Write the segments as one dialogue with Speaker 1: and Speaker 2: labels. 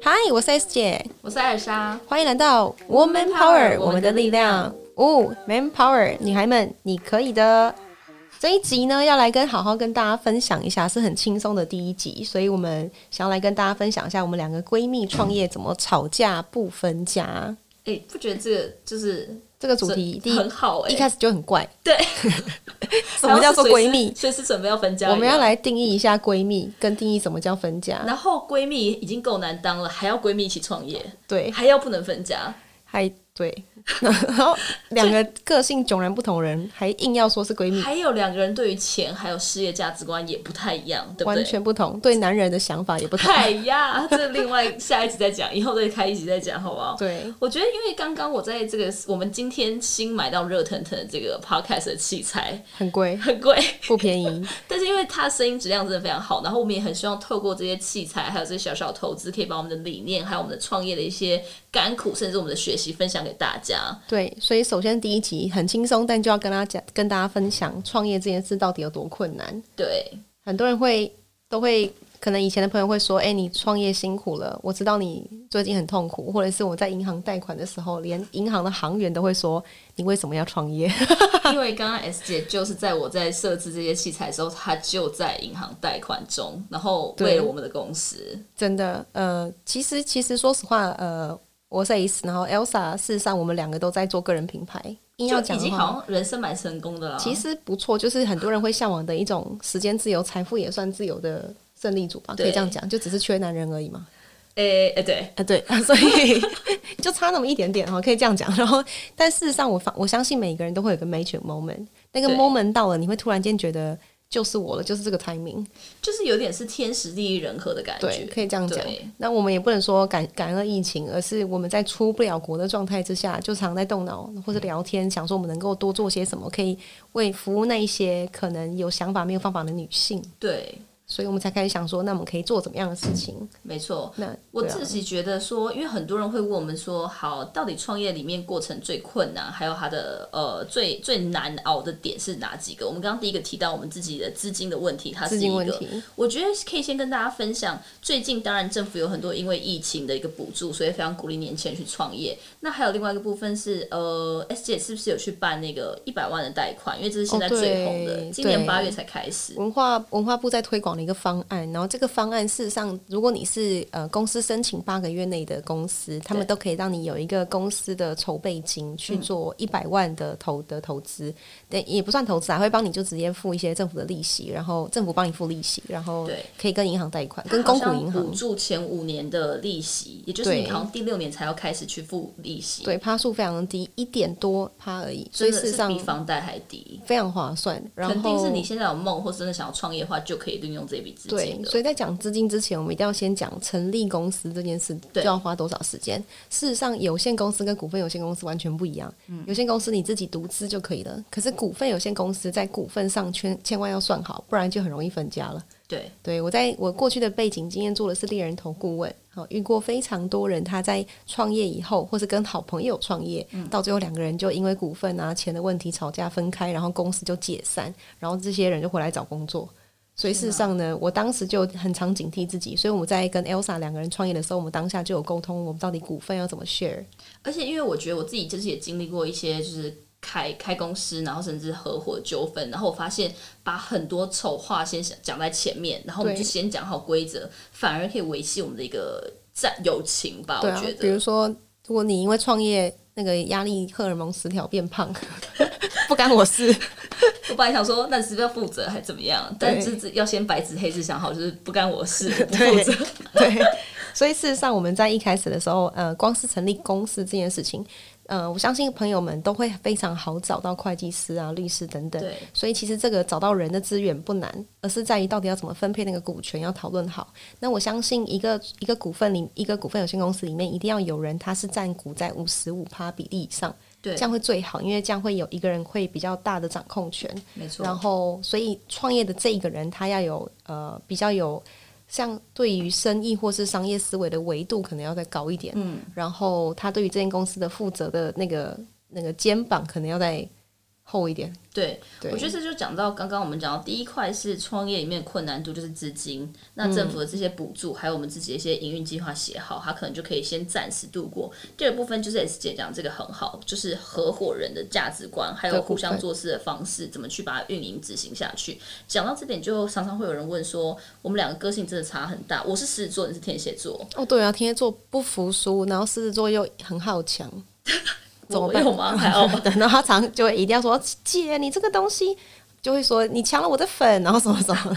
Speaker 1: 嗨，我是 S 姐，
Speaker 2: 我是艾莎，
Speaker 1: 欢迎来到 Woman Power，我们的力量。哦，Man Power，女孩们，你可以的。这一集呢，要来跟好好跟大家分享一下，是很轻松的第一集，所以我们想要来跟大家分享一下，我们两个闺蜜创业怎么吵架不分家。
Speaker 2: 哎、不觉得这个就是
Speaker 1: 这个主题第一
Speaker 2: 很好哎、
Speaker 1: 一开始就很怪，
Speaker 2: 对，
Speaker 1: 什 么叫做闺蜜？
Speaker 2: 随时准备要分家，
Speaker 1: 我们要。来定义一下闺蜜，跟定义什么叫分家。
Speaker 2: 然后闺蜜已经够难当了，还要闺蜜一起创业，
Speaker 1: 对，
Speaker 2: 还要不能分家，
Speaker 1: 还对， 然后两个个性迥然不同人，还硬要说是闺蜜，
Speaker 2: 嗯还有两个人对于钱还有事业价值观也不太一样，对不
Speaker 1: 完
Speaker 2: 对？
Speaker 1: 全不同，对男人的想法也不同。
Speaker 2: 哎呀，这另外下一集再讲，以后再开一集再讲，好不好？
Speaker 1: 对，
Speaker 2: 我觉得，因为刚刚我在这个我们今天新买到热腾腾的这个 podcast 的器材
Speaker 1: 很贵，
Speaker 2: 很贵，
Speaker 1: 不便宜。
Speaker 2: 但是因为它的声音质量真的非常好，然后我们也很希望透过这些器材，还有这些小小的投资，可以把我们的理念，还有我们的创业的一些甘苦，甚至我们的学习分享给大家。
Speaker 1: 对，所以首先第一集很轻松，但就要跟大家讲，跟大家分享创业这件事到底有多困难。
Speaker 2: 对，
Speaker 1: 很多人会都会，可能以前的朋友会说：“哎、你创业辛苦了，我知道你最近很痛苦。”或者是我在银行贷款的时候，连银行的行员都会说：“你为什么要创业
Speaker 2: 因为刚刚 S 姐就是在我在设置这些器材的时候，她就在银行贷款中，然后
Speaker 1: 对
Speaker 2: 为了我们的公司，？”
Speaker 1: 真的，呃，其实其实说实话，呃，我是 Ace，然后 Elsa，事实上我们两个都在做个人品牌。硬要
Speaker 2: 就
Speaker 1: 讲
Speaker 2: 已
Speaker 1: 的
Speaker 2: 经
Speaker 1: 话
Speaker 2: 好像人生蛮成功的啦。
Speaker 1: 其实不错，就是很多人会向往的一种时间自由、财富也算自由的胜利组吧，可以
Speaker 2: 对
Speaker 1: 这样讲，就只是缺男人而已嘛。
Speaker 2: 诶、诶、呃对，
Speaker 1: 啊，对， 所以就差那么一点点哈，可以这样讲。然后，但事实上我，发我相信每个人都会有个 magic moment，那个
Speaker 2: 对
Speaker 1: moment 到了，你会突然间觉得就是我了，就是这个 timing。
Speaker 2: 就是有点是天时地利人和的感
Speaker 1: 对，
Speaker 2: 觉。
Speaker 1: 可以这样讲
Speaker 2: 对。
Speaker 1: 那我们也不能说感感恩疫情，而是我们在出不了国的状态之下，就常在动脑或
Speaker 2: 嗯
Speaker 1: 者聊天，想说我们能够多做些什么，可以为服务那一些可能有想法没有方法的女性。
Speaker 2: 对，
Speaker 1: 所以我们才开始想说，那我们可以做怎么样的事情？
Speaker 2: 没错。
Speaker 1: 那
Speaker 2: 我
Speaker 1: 对啊
Speaker 2: 自己觉得说，因为很多人会问我们说，好，到底创业里面过程最困难，还有它的呃最最难熬的点是哪几个？我们刚刚第一个提到我们自己的资金的问题，它
Speaker 1: 资
Speaker 2: 是
Speaker 1: 金
Speaker 2: 一
Speaker 1: 问
Speaker 2: 个。
Speaker 1: 题，
Speaker 2: 我觉得可以先跟大家分享，最近当然政府有很多因为疫情的一个补助，所以非常鼓励年轻人去创业。那还有另外一个部分是，呃，S 姐是不是有去办那个一百万的贷款？因为这是现在
Speaker 1: 哦对
Speaker 2: 最红的，今年
Speaker 1: 对
Speaker 2: 八月才开始。
Speaker 1: 文化文化部在推广的一个方案，然后这个方案事实上，如果你是呃公司申请八个月内的公司，他们
Speaker 2: 对
Speaker 1: 都可以让你有一个公司的筹备金去
Speaker 2: 嗯
Speaker 1: 做一百万的投的投资，但也不算投资啊，会帮你就直接付一些政府的利息，然后政府帮你付利息，然后
Speaker 2: 对
Speaker 1: 可以跟银行贷款，
Speaker 2: 它
Speaker 1: 跟公股银
Speaker 2: 好像补
Speaker 1: 行。
Speaker 2: 助前五年的利息，也就是
Speaker 1: 对
Speaker 2: 你好像第六年才要开始去付利息，
Speaker 1: 对，趴数非常低，一点多趴而已，所
Speaker 2: 真
Speaker 1: 以
Speaker 2: 的
Speaker 1: 事实
Speaker 2: 是
Speaker 1: 上
Speaker 2: 比房贷还低。
Speaker 1: 非常划算。然后
Speaker 2: 肯定是你现在有梦或真的想要创业的话，就可以利用这笔资
Speaker 1: 对
Speaker 2: 金，的。
Speaker 1: 所以在讲资金之前，我们一定要先讲成立公司这件事就
Speaker 2: 对
Speaker 1: 要花多少时间。事实上，有限公司跟股份有限公司完全不一样。
Speaker 2: 嗯
Speaker 1: 有限公司你自己独资就可以了，可是股份有限公司在股份上千千万要算好，不然就很容易分家了。
Speaker 2: 对
Speaker 1: 对我在我过去的背景经验做的是猎人头顾问，好遇过非常多人，他在创业以后，或是跟好朋友创业，
Speaker 2: 嗯
Speaker 1: 到最后两个人就因为股份啊钱的问题吵架分开，然后公司就解散，然后这些人就回来找工作。所以事实上呢，我当时就很常警惕自己，所以我们在跟 Elsa 两个人创业的时候，我们当下就有沟通，我们到底股份要怎么 share。
Speaker 2: 而且因为我觉得我自己就是也经历过一些就是。开开公司，然后甚至合伙纠纷，然后我发现把很多丑话先想讲在前面，然后我们
Speaker 1: 对
Speaker 2: 就先讲好规则，反而可以维系我们的一个战友情吧。
Speaker 1: 对
Speaker 2: 我
Speaker 1: 啊
Speaker 2: 哦觉，
Speaker 1: 比如
Speaker 2: 得
Speaker 1: 说，如果你因为创业那个压力荷尔蒙失调变胖， 不干我事。
Speaker 2: 我本来想说，那是不是要负责还怎么样？但是只要先白纸黑字想好，就是不干 我事，我不负责。
Speaker 1: 对，所以事实上我们在一开始的时候，呃，光是成立公司这件事情，呃，我相信朋友们都会非常好找到会计师啊、律师等等。
Speaker 2: 对
Speaker 1: 所以其实这个找到人的资源不难，而是在于到底要怎么分配那个股权，要讨论好。那我相信一个一个股份里，一个股份有限公司里面，一定要有人他是占股在五十五趴比例以上，
Speaker 2: 对
Speaker 1: 这样会最好，因为这样会有一个人会比较大的掌控权。
Speaker 2: 没错。
Speaker 1: 然后，所以创业的这一个人，他要有呃比较有像对于生意或是商业思维的维度，可能要再高一点。
Speaker 2: 嗯，
Speaker 1: 然后他对于这间公司的负责的那个那个肩膀，可能要再厚一点。
Speaker 2: 对，
Speaker 1: 对，
Speaker 2: 我觉得这就讲到刚刚我们讲到第一块是创业里面的困难度就是资金，
Speaker 1: 嗯
Speaker 2: 那政府的这些补助，还有我们自己的一些营运计划写好，它可能就可以先暂时度过。第二部分就是 S 姐讲这个很好，就是合伙人的价值观，还有互相做事的方式，怎么去把它运营执行下去。讲到这点，就常常会有人问说，我们两个个性真的差很大，我是狮子座，你是天蝎座，
Speaker 1: 哦，对啊，天蝎座不服输，然后狮子座又很好强，怎么
Speaker 2: 我
Speaker 1: 办
Speaker 2: 有？吗？还好吧。
Speaker 1: 然后他常就会一定要说：“姐，你这个东西就会说你抢了我的粉，然后什么什么。”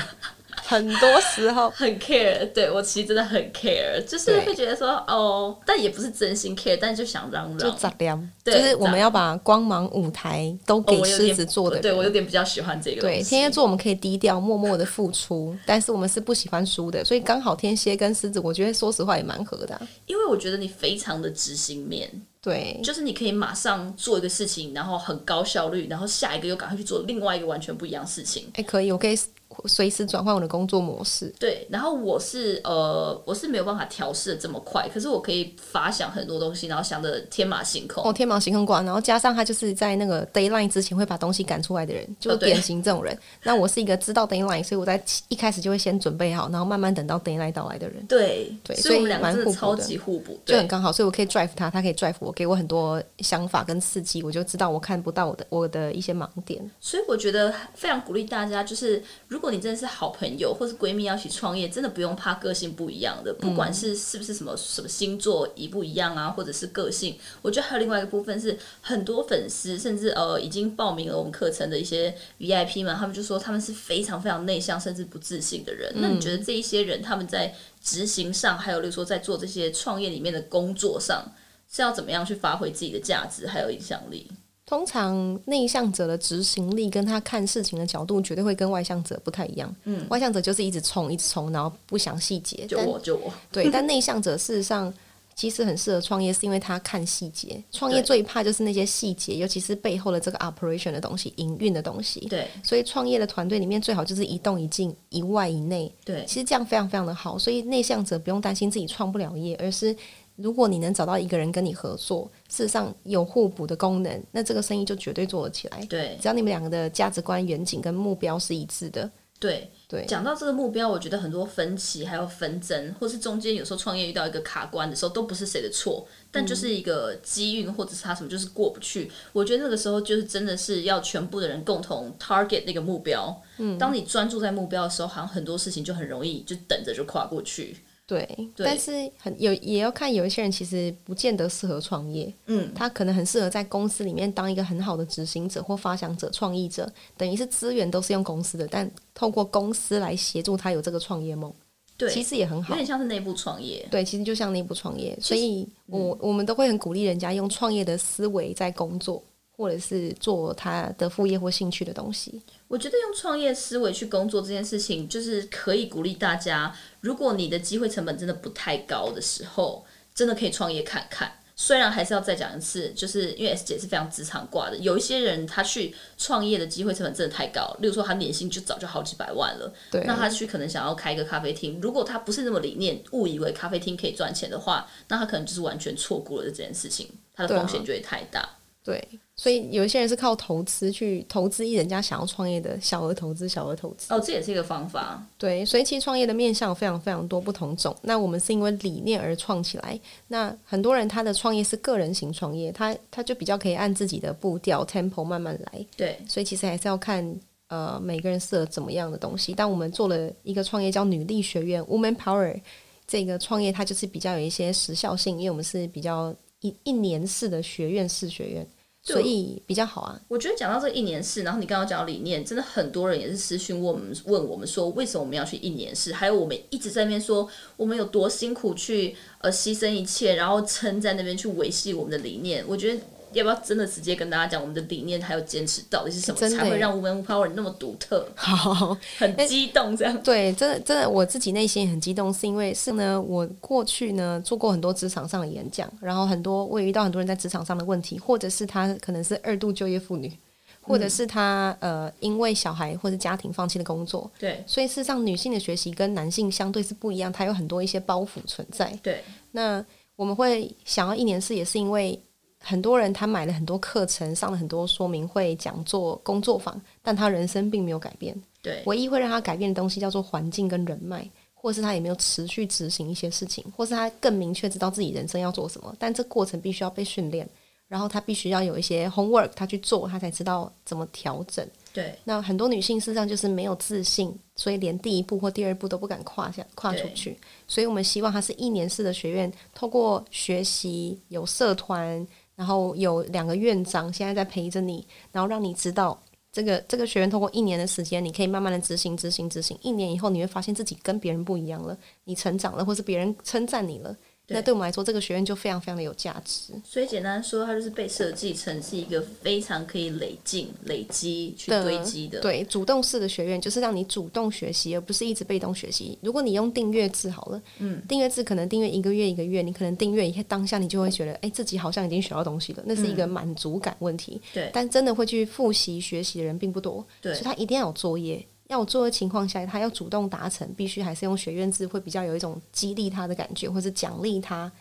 Speaker 1: 很多时候，
Speaker 2: 很 care，对我其实真的很 care，就是
Speaker 1: 对
Speaker 2: 会觉得说哦，但也不是真心 care，但就想嚷
Speaker 1: 就
Speaker 2: 嚷。
Speaker 1: 杂粮，就
Speaker 2: 对
Speaker 1: 是我
Speaker 2: 杂
Speaker 1: 们要把光芒舞台都
Speaker 2: 哦
Speaker 1: 给
Speaker 2: 我有点
Speaker 1: 狮子座的人。
Speaker 2: 对我有点比较喜欢这个东
Speaker 1: 对
Speaker 2: 西。
Speaker 1: 天蝎座，我们可以低调，默默的付出，但是我们是不喜欢输的，所以刚好天蝎跟狮子，我觉得说实话也蛮合的啊、
Speaker 2: 因为我觉得你非常的执行面，
Speaker 1: 对，
Speaker 2: 就是你可以马上做一个事情，然后很高效率，然后下一个又赶快去做另外一个完全不一样的事情。
Speaker 1: 哎，可以，我可以随时转换我的工作模式。
Speaker 2: 对，然后我是呃，我是没有办法调试的这么快，可是我可以发想很多东西，然后想的天马行空。
Speaker 1: 哦，天马行空馆，然后加上他就是在那个 d a y l i n e 之前会把东西赶出来的人，就是
Speaker 2: 对
Speaker 1: 典型这 种人。那我是一个知道 d a y l i n e 所以我在一开始就会先准备好，然后慢慢等到 d a y l i n e 到来的人，
Speaker 2: 对，
Speaker 1: 对
Speaker 2: 所以我们
Speaker 1: 所以
Speaker 2: 两个真
Speaker 1: 蛮互补
Speaker 2: 超
Speaker 1: 的
Speaker 2: 级互补，
Speaker 1: 就
Speaker 2: 对
Speaker 1: 很刚好，所以我可以 drive 他，他可以 drive 我，给我很多想法跟刺激，我就知道我看不到我的我的一些盲点。
Speaker 2: 所以我觉得非常鼓励大家，就是如果你真的是好朋友或是闺蜜要一起创业，真的不用怕个性不一样的，不管是是不是什么什么星座一不一样啊，或者是个性，我觉得还有另外一个部分是，很多粉丝甚至呃已经报名了我们课程的一些 VIP 们，他们就说他们是非常非常内向甚至不自信的人。那你觉得这一些人他们在执行上，还有例如说在做这些创业里面的工作上，是要怎么样去发挥自己的价值还有影响力？
Speaker 1: 通常内向者的执行力跟他看事情的角度绝对会跟外向者不太一样。嗯，外向者就是一直冲一直冲，然后不想细节。
Speaker 2: 就
Speaker 1: 但
Speaker 2: 我就我。
Speaker 1: 对，但内向者事实上其实很适合创业，是因为他看细节。创业
Speaker 2: 对
Speaker 1: 最怕就是那些细节，尤其是背后的这个 operation 的东西、营运的东西。
Speaker 2: 对
Speaker 1: 所以创业的团队里面最好就是一动一静、一外一内。
Speaker 2: 对，
Speaker 1: 其实这样非常非常的好，所以内向者不用担心自己创不了业，而是如果你能找到一个人跟你合作，事实上有互补的功能，那这个生意就绝对做得起来。
Speaker 2: 对
Speaker 1: 只要你们两个的价值观、远景跟目标是一致的，
Speaker 2: 对
Speaker 1: 对
Speaker 2: 讲到这个目标，我觉得很多分歧还有纷争，或是中间有时候创业遇到一个卡关的时候，都不是谁的错，但就是一个机运或者是他什么就是过不去。我觉得那个时候就是真的是要全部的人共同 target 那个目标。嗯，当你专注在目标的时候，好像很多事情就很容易就等着就跨过去。
Speaker 1: 对，但是很有也要看有一些人其实不见得适合创业，
Speaker 2: 嗯，
Speaker 1: 他可能很适合在公司里面当一个很好的执行者或发想者、创意者，等于是资源都是用公司的，但透过公司来协助他有这个创业梦，
Speaker 2: 对，
Speaker 1: 其实也很
Speaker 2: 有
Speaker 1: 好。
Speaker 2: 点像是内部创业。
Speaker 1: 对，其实就像内部创业，所以
Speaker 2: 嗯
Speaker 1: 我、我们都会很鼓励人家用创业的思维在工作，或者是做他的副业或兴趣的东西。
Speaker 2: 我觉得用创业思维去工作这件事情，就是可以鼓励大家，如果你的机会成本真的不太高的时候，真的可以创业看看。虽然还是要再讲一次，就是因为 S 姐是非常职场挂的，有一些人他去创业的机会成本真的太高，例如说他年薪就早就好几百万了，
Speaker 1: 对，
Speaker 2: 那他去可能想要开一个咖啡厅，如果他不是那么理念，误以为咖啡厅可以赚钱的话，那他可能就是完全错过了这件事情，他的
Speaker 1: 对啊
Speaker 2: 风险就会太大。
Speaker 1: 对，所以有一些人是靠投资去投资人家想要创业的小额投资、小额投资。
Speaker 2: 哦，这也是一个方法。
Speaker 1: 对，所以其实创业的面向有非常非常多不同种。那我们是因为理念而创起来，那很多人他的创业是个人型创业，他他就比较可以按自己的步调 tempo 慢慢来。
Speaker 2: 对，
Speaker 1: 所以其实还是要看呃每个人适合怎么样的东西。但我们做了一个创业叫女力学院 （Woman Power） 这个创业，它就是比较有一些时效性，因为我们是比较一一年式的学院式学院，
Speaker 2: 就
Speaker 1: 所以比较好啊。
Speaker 2: 我觉得讲到这一年式，然后你刚刚讲到理念，真的很多人也是私讯问我们，问我们说为什么我们要去一年式，还有我们一直在那边说我们有多辛苦去呃牺牲一切，然后撑在那边去维系我们的理念。我觉得要不要真的直接跟大家讲我们的理念还有坚持到底是什么，
Speaker 1: 真的
Speaker 2: 才会
Speaker 1: 耶
Speaker 2: 让无门无 power 那么独特，
Speaker 1: 好，
Speaker 2: 很激动这样。
Speaker 1: 啊对，真的真的，我自己内心也很激动，是因为是呢，我过去呢做过很多职场上的演讲，然后很多我也遇到很多人在职场上的问题，或者是她可能是二度就业妇女，或者是她、呃因为小孩或者家庭放弃了工作，
Speaker 2: 对
Speaker 1: 所以事实上女性的学习跟男性相对是不一样，它有很多一些包袱存在。
Speaker 2: 对
Speaker 1: 那我们会想要一年四，也是因为很多人他买了很多课程，上了很多说明会、讲座、工作坊，但他人生并没有改变。
Speaker 2: 对，
Speaker 1: 唯一会让他改变的东西叫做环境跟人脉，或是他也没有持续执行一些事情，或是他更明确知道自己人生要做什么。但这过程必须要被训练，然后他必须要有一些 homework，他去做，他才知道怎么调整。
Speaker 2: 对，
Speaker 1: 那很多女性事实上就是没有自信，所以连第一步或第二步都不敢跨下跨出去。所以我们希望它是一年式的学院，透过学习有社团，然后有两个院长现在在陪着你，然后让你知道这个这个学院通过一年的时间，你可以慢慢的执行执行执行，一年以后你会发现自己跟别人不一样了，你成长了，或是别人称赞你了。
Speaker 2: 对
Speaker 1: 那对我们来说，这个学院就非常非常的有价值。
Speaker 2: 所以简单说，它就是被设计成是一个非常可以累进、累积去
Speaker 1: 的
Speaker 2: 堆积的。
Speaker 1: 对，主动式的学院就是让你主动学习，而不是一直被动学习。如果你用订阅制好了，嗯，订阅制可能订阅一个月一个月，你可能订阅一下当下，你就会觉得，哎、自己好像已经学到东西了，那是一个满足感问题。
Speaker 2: 嗯对
Speaker 1: 但真的会去复习学习的人并不多，
Speaker 2: 对
Speaker 1: 所以他一定要有作业。要有作业情况下，他要主动达成，必须还是用学院制会比较有一种激励他的感觉，或是奖励他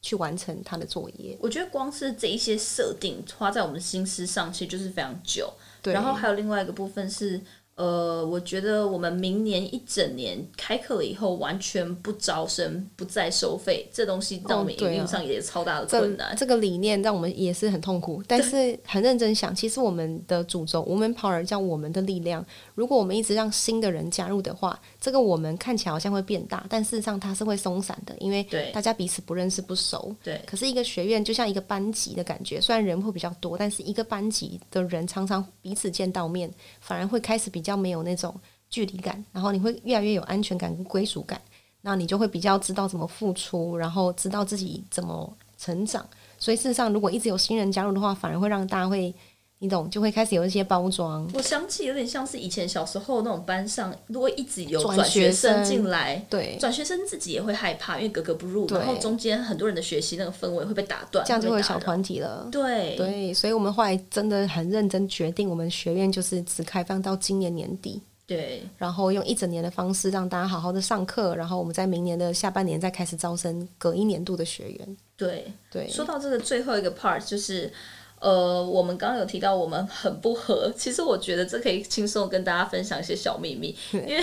Speaker 1: 去完成他的作业。
Speaker 2: 我觉得光是这一些设定花在我们的心思上，其实就是非常久。
Speaker 1: 对，
Speaker 2: 然后还有另外一个部分是，呃，我觉得我们明年一整年开课了以后，完全不招生、不再收费，这东西在我们
Speaker 1: 对啊
Speaker 2: 营运上也超大的
Speaker 1: 这
Speaker 2: 困难。
Speaker 1: 这个理念让我们也是很痛苦，但是很认真想，其实我们的主轴 “woman power” 叫我们的力量。如果我们一直让新的人加入的话，这个我们看起来好像会变大，但事实上它是会松散的，因为
Speaker 2: 对
Speaker 1: 大家彼此不认识不熟。
Speaker 2: 对
Speaker 1: 可是一个学院就像一个班级的感觉，虽然人会比较多，但是一个班级的人常常彼此见到面，反而会开始比较没有那种距离感，然后你会越来越有安全感跟归属感，那你就会比较知道怎么付出，然后知道自己怎么成长。所以事实上，如果一直有新人加入的话，反而会让大家会，你懂，就会开始有一些包装。
Speaker 2: 我想起有点像是以前小时候那种班上，如果一直有
Speaker 1: 转
Speaker 2: 转学
Speaker 1: 学生
Speaker 2: 生进来，
Speaker 1: 对，
Speaker 2: 转学生自己也会害怕，因为格格不入，
Speaker 1: 对
Speaker 2: 然后中间很多人的学习那个氛围会被打断，
Speaker 1: 这样就会有
Speaker 2: 被打
Speaker 1: 小
Speaker 2: 扰
Speaker 1: 团体了。
Speaker 2: 对
Speaker 1: 对，所以我们后来真的很认真决定，我们学院就是只开放到今年年底。
Speaker 2: 对
Speaker 1: 然后用一整年的方式让大家好好的上课，然后我们在明年的下半年再开始招生隔一年度的学员。
Speaker 2: 对
Speaker 1: 对，
Speaker 2: 说到这个最后一个 part 就是。呃，我们刚刚有提到我们很不合，其实我觉得这可以轻松跟大家分享一些小秘密，因为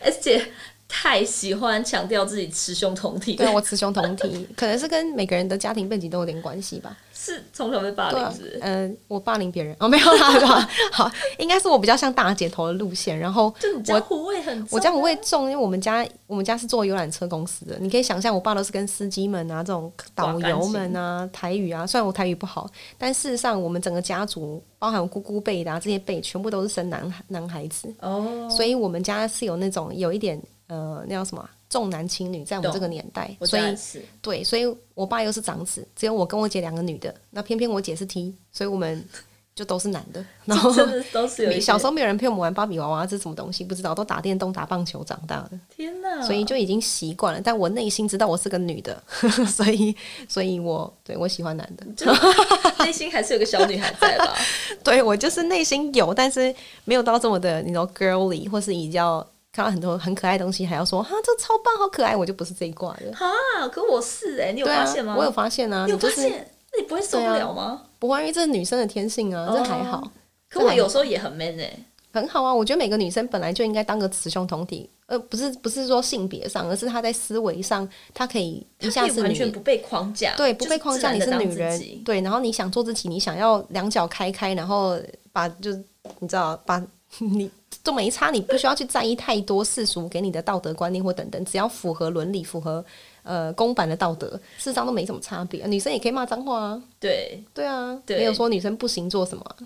Speaker 2: S 姐太喜欢强调自己雌雄同体，
Speaker 1: 对我雌雄同体，可能是跟每个人的家庭背景都有点关系吧。
Speaker 2: 是从小被霸
Speaker 1: 对、
Speaker 2: 凌
Speaker 1: 啊
Speaker 2: 是不是，？
Speaker 1: 嗯、我霸凌别人哦，没有啦，对吧？好，应该是我比较像大姐头的路线，然后
Speaker 2: 就你江湖味很重啊，
Speaker 1: 我江湖味重，因为我们家我们家是做游览车公司的，你可以想象，我爸都是跟司机们啊、这种导游们啊、台语啊，虽然我台语不好，但事实上我们整个家族，包含我姑姑辈的、啊、这些辈，全部都是生男孩男孩子，
Speaker 2: 哦，
Speaker 1: 所以我们家是有那种有一点呃，那叫什么啊、重男轻女，在我们
Speaker 2: 懂
Speaker 1: 这个年代，
Speaker 2: 我
Speaker 1: 所
Speaker 2: 当
Speaker 1: 以
Speaker 2: 然是。
Speaker 1: 对，所以我爸又是长子，只有我跟我姐两个女的，那偏偏我姐是 T，所以我们就都是男的，然后
Speaker 2: 真的都是有一
Speaker 1: 没哦小时
Speaker 2: 候
Speaker 1: 候没有人陪我们玩芭比娃娃，这是什么东西不知道，都打电动、打棒球长大的，
Speaker 2: 天哪，
Speaker 1: 所以就已经习惯了。但我内心知道我是个女的， 所以，所以我对我喜欢男的，
Speaker 2: 就内心还是有个小女孩在吧？
Speaker 1: 对我就是内心有，但是没有到这么的，你知道 girly，或是比较看到很多很可爱的东西，还要说哈这超棒，好可爱，我就不是这一挂的。
Speaker 2: 啊，可我是哎、你有
Speaker 1: 对
Speaker 2: 发
Speaker 1: 啊
Speaker 2: 现吗？，
Speaker 1: 我有发现啊，
Speaker 2: 你有
Speaker 1: 你就
Speaker 2: 发
Speaker 1: 是
Speaker 2: 现？那你不会受不
Speaker 1: 对啊
Speaker 2: 了吗？
Speaker 1: 不会，因为这是女生的天性啊，这还好。
Speaker 2: 哦可我有时候也很 man 哎、
Speaker 1: 很好啊，我觉得每个女生本来就应该当个雌雄同体，呃，不是不是说性别上，而是她在思维上，她可以一下
Speaker 2: 你
Speaker 1: 子
Speaker 2: 完
Speaker 1: 你
Speaker 2: 全不被框架，
Speaker 1: 对
Speaker 2: 就
Speaker 1: 不被框架，
Speaker 2: 自
Speaker 1: 你
Speaker 2: 然
Speaker 1: 是
Speaker 2: 地当
Speaker 1: 女
Speaker 2: 自
Speaker 1: 人，
Speaker 2: 己。
Speaker 1: 对，然后你想做自己，你想要两脚开开，然后把就是你知道把 你都没差，你不需要去在意太多世俗给你的道德观念或等等，只要符合伦理，符合呃公版的道德，事实上都没什么差别。女生也可以骂脏话啊，
Speaker 2: 对，
Speaker 1: 对啊，
Speaker 2: 对
Speaker 1: 没有说女生不行做什么啊、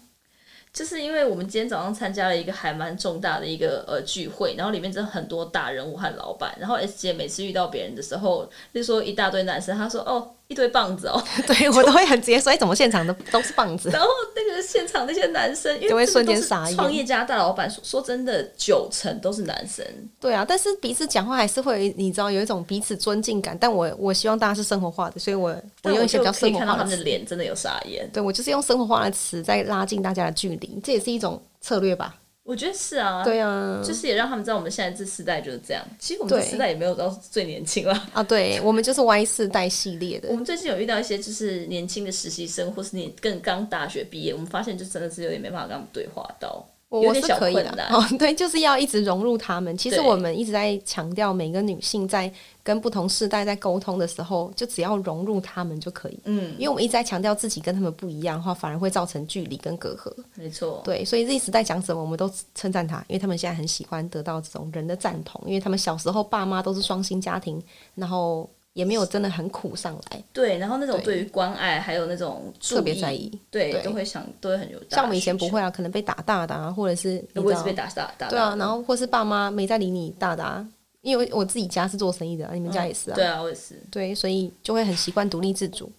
Speaker 2: 就是因为我们今天早上参加了一个还蛮重大的一个呃聚会，然后里面真的很多大人物和老板，然后 S 姐每次遇到别人的时候，就说一大堆男生，她说哦一堆棒子哦，
Speaker 1: 对我都会很直接说，哎，怎么现场的都是棒子？
Speaker 2: 然后那个现场那些男生，因为
Speaker 1: 就会
Speaker 2: 真的
Speaker 1: 瞬间
Speaker 2: 都是
Speaker 1: 傻眼
Speaker 2: 创业家大老板说说真的，九成都是男生，
Speaker 1: 对啊，但是彼此讲话还是会，你知道有一种彼此尊敬感。但我我希望大家是生活化的，所以我我
Speaker 2: 但
Speaker 1: 用
Speaker 2: 我
Speaker 1: 一些
Speaker 2: 就
Speaker 1: 比较
Speaker 2: 可以
Speaker 1: 生活
Speaker 2: 看到
Speaker 1: 化
Speaker 2: 他
Speaker 1: 的
Speaker 2: 们
Speaker 1: 词，
Speaker 2: 的脸真的有傻眼。
Speaker 1: 对我就是用生活化的词在拉近大家的距离，这也是一种策略吧。
Speaker 2: 我觉得是啊，
Speaker 1: 对啊，
Speaker 2: 就是也让他们知道我们现在这世代就是这样。其实我们
Speaker 1: 对
Speaker 2: 这世代也没有到最年轻啦。
Speaker 1: 啊，对我们就是 Y 世代系列的
Speaker 2: 我，们最近有遇到一些就是年轻的实习生，或是你更刚大学毕业，我们发现就真的是有点没办法跟他们对话到，
Speaker 1: 我
Speaker 2: 有
Speaker 1: 我
Speaker 2: 点
Speaker 1: 是
Speaker 2: 小
Speaker 1: 可以
Speaker 2: 困
Speaker 1: 的
Speaker 2: 难。
Speaker 1: 哦，对，就是要一直融入他们。其实
Speaker 2: 对
Speaker 1: 我们一直在强调，每个女性在跟不同世代在沟通的时候，就只要融入他们就可以。
Speaker 2: 嗯
Speaker 1: 因，为我们一直在强调自己跟他们不一样的话，反而会造成距离跟隔阂。
Speaker 2: 没错，
Speaker 1: 对，所以 Z 时代讲什么，我们都称赞他，因为他们现在很喜欢得到这种人的赞同，因为他们小时候爸妈都是双薪家庭，然后也没有真的很苦上来，
Speaker 2: 对。然后那种
Speaker 1: 对
Speaker 2: 对于关爱还有那种注
Speaker 1: 特别在意。
Speaker 2: 对，
Speaker 1: 对
Speaker 2: 都会想，都会很有大的需求。
Speaker 1: 像我们以前不会啊，可能被打大的啊，或者是你知
Speaker 2: 呃，我也
Speaker 1: 道
Speaker 2: 是被打打打。
Speaker 1: 对啊，然后或是爸妈没在理你大的啊，因为我自己家是做生意的啊、你们家也是啊，
Speaker 2: 对啊，我也是。
Speaker 1: 对所以就会很习惯独立自主。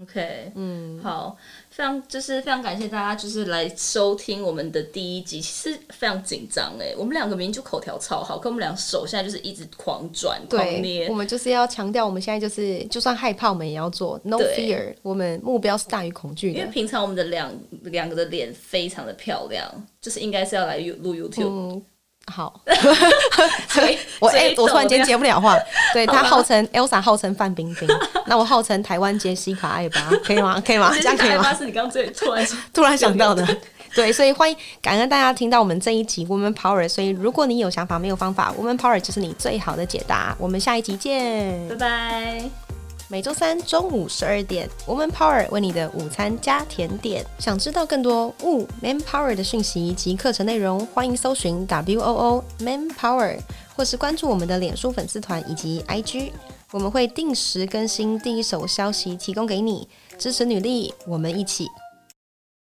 Speaker 2: OK，嗯，好，非常就是非常感谢大家，就是来收听我们的第一集，其实非常紧张哎，我们两个明明就口条超好，可我们俩手现在就是一直狂转狂
Speaker 1: 对，
Speaker 2: 捏
Speaker 1: 我，们就是要强调，我们现在就是就算害怕，我们也要做 no
Speaker 2: 对
Speaker 1: fear，我们目标是大于恐惧
Speaker 2: 因为
Speaker 1: 的。
Speaker 2: 平常我们的两两个的脸非常的漂亮，就是应该是要来 You- 录 YouTube，、
Speaker 1: 嗯，好，
Speaker 2: 所以
Speaker 1: 我
Speaker 2: 所以
Speaker 1: 哎、我突然间
Speaker 2: 怎么样
Speaker 1: 接不了话，对
Speaker 2: 好吧
Speaker 1: 他号称 Elsa 号称范冰 冰，那我号称台湾杰西卡艾巴，可以吗？可以吗？这样可以
Speaker 2: 艾
Speaker 1: 吗
Speaker 2: 巴？是你刚刚最突然说，
Speaker 1: 突然想到的。 对，所以欢迎感恩大家听到我们这一集 Woman Power。所以如果你有想法没有方法，Woman Power 就是你最好的解答。我们下一集
Speaker 2: 拜
Speaker 1: 见，
Speaker 2: 拜。
Speaker 1: 每周三中午十二点，Woman Power 为你的午餐加甜点。想知道更多 Wo Man Power 的讯息及课程内容，欢迎搜寻 W O O Man Power，或是关注我们的脸书粉丝团以及 IG。我们会定时更新第一手消息，提供给你支持女力，我们一起